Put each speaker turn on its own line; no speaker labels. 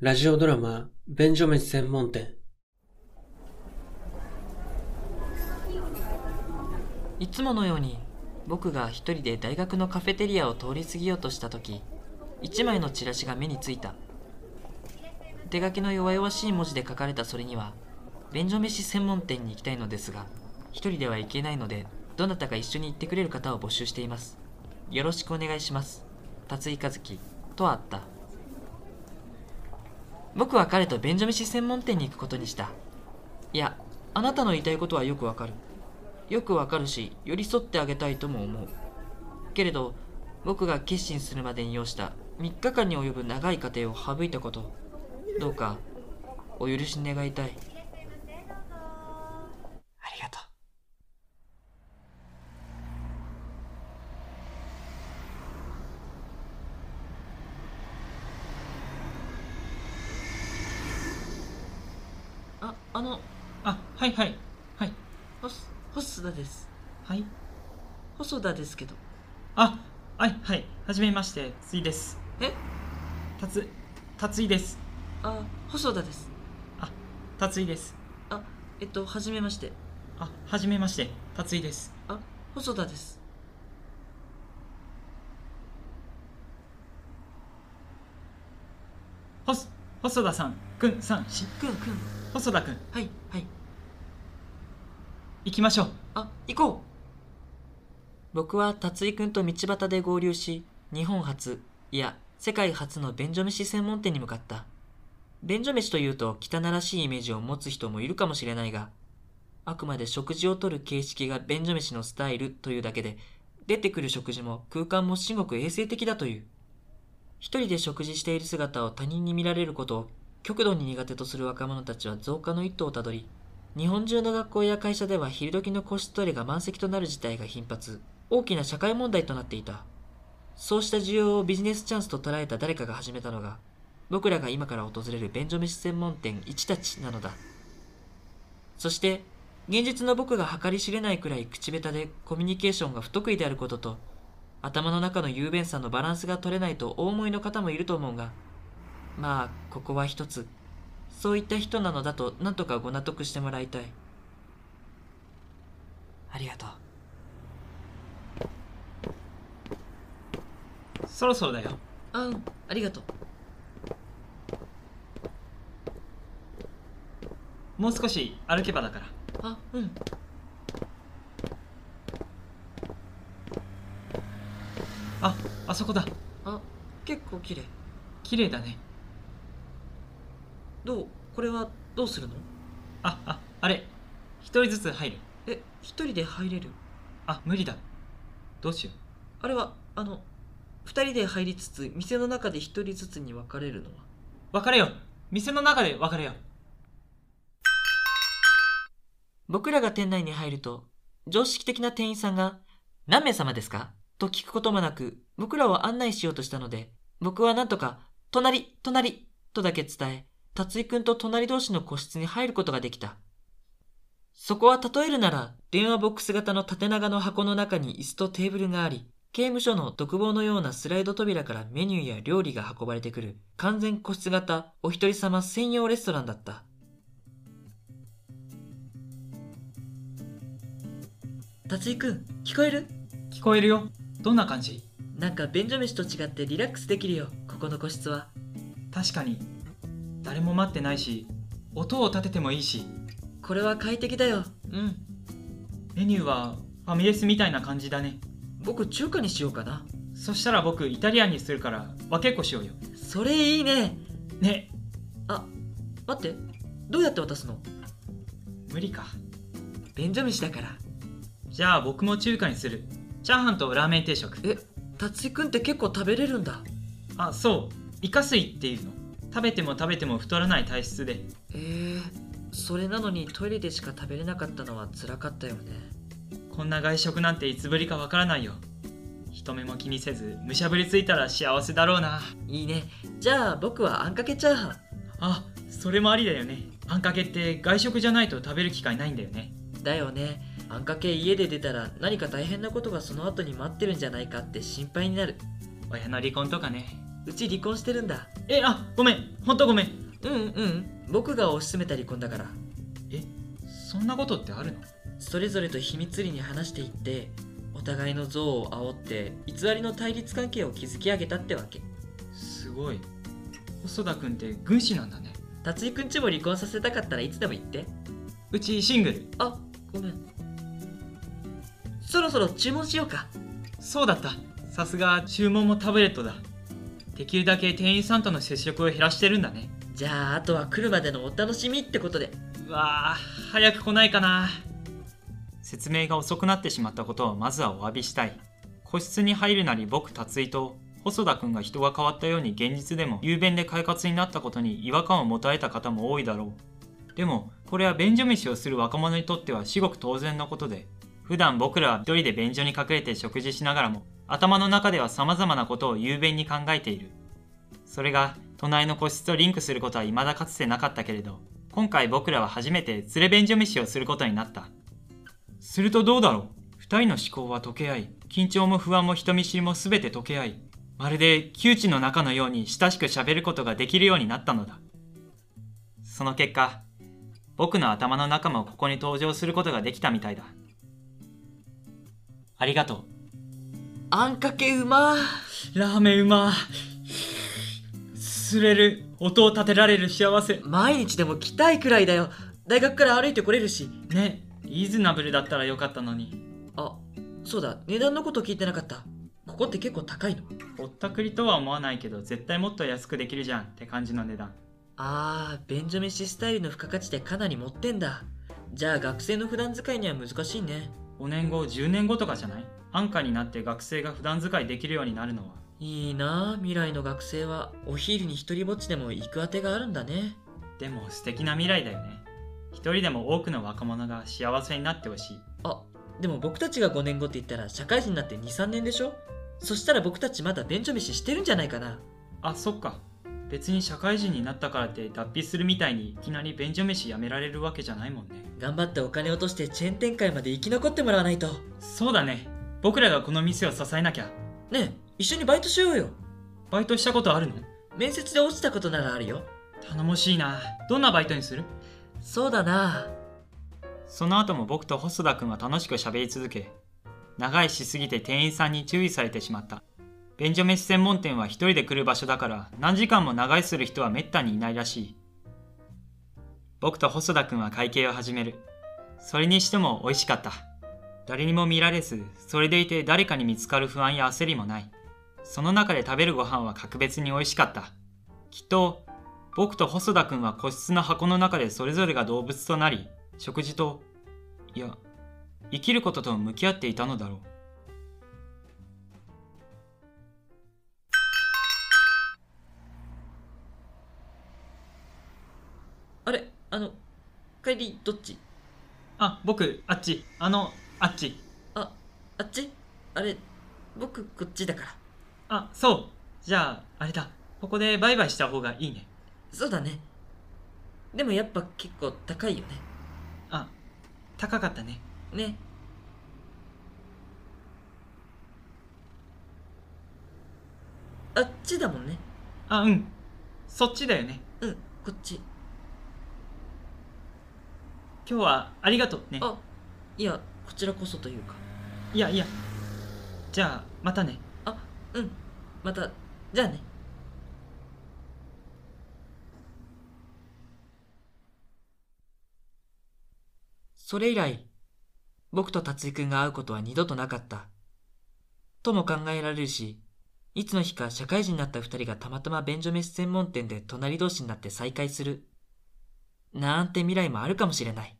ラジオドラマ、便所飯専門店。
いつものように僕が一人で大学のカフェテリアを通り過ぎようとした時一枚のチラシが目についた手書きの弱々しい文字で書かれたそれには便所飯専門店に行きたいのですが一人では行けないのでどなたか一緒に行ってくれる方を募集していますよろしくお願いします達井和樹とあった僕は彼と便所飯専門店に行くことにしたいやあなたの言いたいことはよくわかるよくわかるし寄り添ってあげたいとも思うけれど僕が決心するまでに要した3日間に及ぶ長い過程を省いたことどうかお許し願いたいありがとうああの
あ、はいはい。はい。
ほす細田です
はい。
細田ですけど
あ、はいはい。はじめまして、ついです。
え
たつ、たついです。
あ細田です
たついです。
あえっとはじめまして
あ、はじめまして、たついです。
あ細田です
ほす、細田さん、くんさん、し、
くんくん
細田くん、
はいはい
行きましょう。
あ行こう僕は達井くんと道端で合流し日本初いや世界初の便所飯専門店に向かった便所飯というと汚らしいイメージを持つ人もいるかもしれないがあくまで食事をとる形式が便所飯のスタイルというだけで出てくる食事も空間も至極衛生的だという一人で食事している姿を他人に見られることを極度に苦手とする若者たちは増加の一途をたどり日本中の学校や会社では昼時の個室トイレが満席となる事態が頻発大きな社会問題となっていたそうした需要をビジネスチャンスと捉えた誰かが始めたのが僕らが今から訪れる便所飯専門店一たちなのだそして現実の僕が計り知れないくらい口下手でコミュニケーションが不得意であることと頭の中の雄弁さのバランスが取れないとお思いの方もいると思うがまあここは一つそういった人なのだとなんとかご納得してもらいたいありがとう
そろそろだよ。
あうんありがとう
もう少し歩けばだから。
あうん
あ、あそこだ。
あ結構綺麗
綺麗だね。
どうこれはどうするの
あ、あ、あれ。一人ずつ入る。
え一人で入れる
あ、無理だ。どうしよ
あれはあの二人で入りつつ店の中で一人ずつに分かれるのは
う。別れよう。店の中で別れよう。
僕らが店内に入ると、常識的な店員さんが、何名様ですかと聞くこともなく、僕らを案内しようとしたので、僕はなんとか、隣、隣、とだけ伝え、達井くんと隣同士の個室に入ることができた。そこは例えるなら、電話ボックス型の縦長の箱の中に椅子とテーブルがあり、刑務所の独房のようなスライド扉からメニューや料理が運ばれてくる、完全個室型、お一人様専用レストランだった。達井くん、聞こえる
聞こえるよ。どんな感じ
なんか便所飯と違ってリラックスできるよここの個室は
確かに。誰も待ってないし、音を立ててもいいし。
これは快適だようん
メニューはファミレスみたいな感じだね
僕中華にしようかな
そしたら僕イタリアンにするから分けっこしようよ
それいいね
ね
待ってどうやって渡すの
無理か
便所飯だから
じゃあ僕も中華にするチャーハンとラーメン定食
え達井くんって結構食べれるんだ
あそうイカ水っていうの食べても食べても太らない体質で
えー、それなのにトイレでしか食べれなかったのは辛かったよね
こんな外食なんていつぶりかわからないよ人目も気にせずむしゃぶりついたら幸せだろうない
いねじゃあ僕はあんかけチャーハン
あそれもありだよねあんかけって外食じゃないと食べる機会ないんだよね
だよねあんかけ家で出たら何か大変なことがその後に待ってるんじゃないかって心配になる
親の離婚とかね
うち離婚してるんだ
えあごめんほんとごめん
うんうん僕が推し進めた離婚だから
えそんなことってあるの
それぞれと秘密裏に話していってお互いの憎悪を煽って偽りの対立関係を築き上げたってわけ
すごい細田君って軍師なんだね
達井くんちも離婚させたかったらいつでも言って
うちシングル
あごめんそろそろ注文しようか
そうだったさすが注文もタブレットだできるだけ店員さんとの接触を減らしてるんだね
じゃああとは来るまでのお楽しみってことで
うわー早く来ないかな説明が遅くなってしまったことをまずはお詫びしたい個室に入るなり僕達井と細田君が人が変わったように現実でも雄弁で快活になったことに違和感を持たれた方も多いだろうでもこれは便所飯をする若者にとっては至極当然のことで普段僕らは一人で便所に隠れて食事しながらも頭の中では様々なことを雄弁に考えているそれが隣の個室とリンクすることは未だかつてなかったけれど今回僕らは初めて連れ便所飯をすることになったするとどうだろう2人の思考は溶け合い緊張も不安も人見知りも全て溶け合いまるで窮地の中のように親しく喋ることができるようになったのだその結果僕の頭の中もここに登場することができたみたいだありがと
あんかけうまー
うラーメンうますれる音を立てられる幸せ
毎日でも来たいくらいだよ大学から歩いてこれるし
ねリーズナブルだったらよかったのに
あそうだ値段のこと聞いてなかったここって結構高いの
ぼったくりとは思わないけど絶対もっと安くできるじゃんって感じの値段
あーベンジョメシスタイルの付加価値でかなり持ってんだじゃあ学生の普段使いには難しいね
5年後10年後とかじゃない安価になって学生が普段使いできるようになるのはい
いなあ未来の学生はお昼に一人ぼっちでも行くあてがあるんだね
でも素敵な未来だよね一人でも多くの若者が幸せになってほしい
あでも僕たちが5年後って言ったら社会人になって23年でしょそしたら僕たちまだベンチョ飯してるんじゃないかな
あそっか別に社会人になったからって脱皮するみたいにいきなり便所飯やめられるわけじゃないもんね
頑張ってお金落としてチェーン展開まで生き残ってもらわないと
そうだね僕らがこの店を支えなきゃ
ねえ一緒にバイトしようよ
バイトしたことあるの
面接で落ちたことならあるよ
頼もしいなどんなバイトにする
そうだな
その後も僕と細田君は楽しく喋り続け長いしすぎて店員さんに注意されてしまった便所飯専門店は一人で来る場所だから何時間も長居する人はめったにいないらしい僕と細田君は会計を始めるそれにしても美味しかった誰にも見られずそれでいて誰かに見つかる不安や焦りもないその中で食べるご飯は格別に美味しかったきっと僕と細田君は個室の箱の中でそれぞれが動物となり食事といや生きることと向き合っていたのだろう
あれあの帰りどっち
あ僕あっちあのあっち
ああっちあれ僕こっちだから
あそうじゃああれだここでバイバイした方がいいね
そうだねでもやっぱ結構高いよ
あ高かったね
ねねあっちだもんね
あうんそっちだよね
うんこっち
今日はありがとうね
あいやこちらこそというか
いやいやじゃあまたね
あうんまたじゃあねそれ以来僕と達井くんが会うことは二度となかったとも考えられるしいつの日か社会人になった二人がたまたま便所飯専門店で隣同士になって再会するなんて未来もあるかもしれない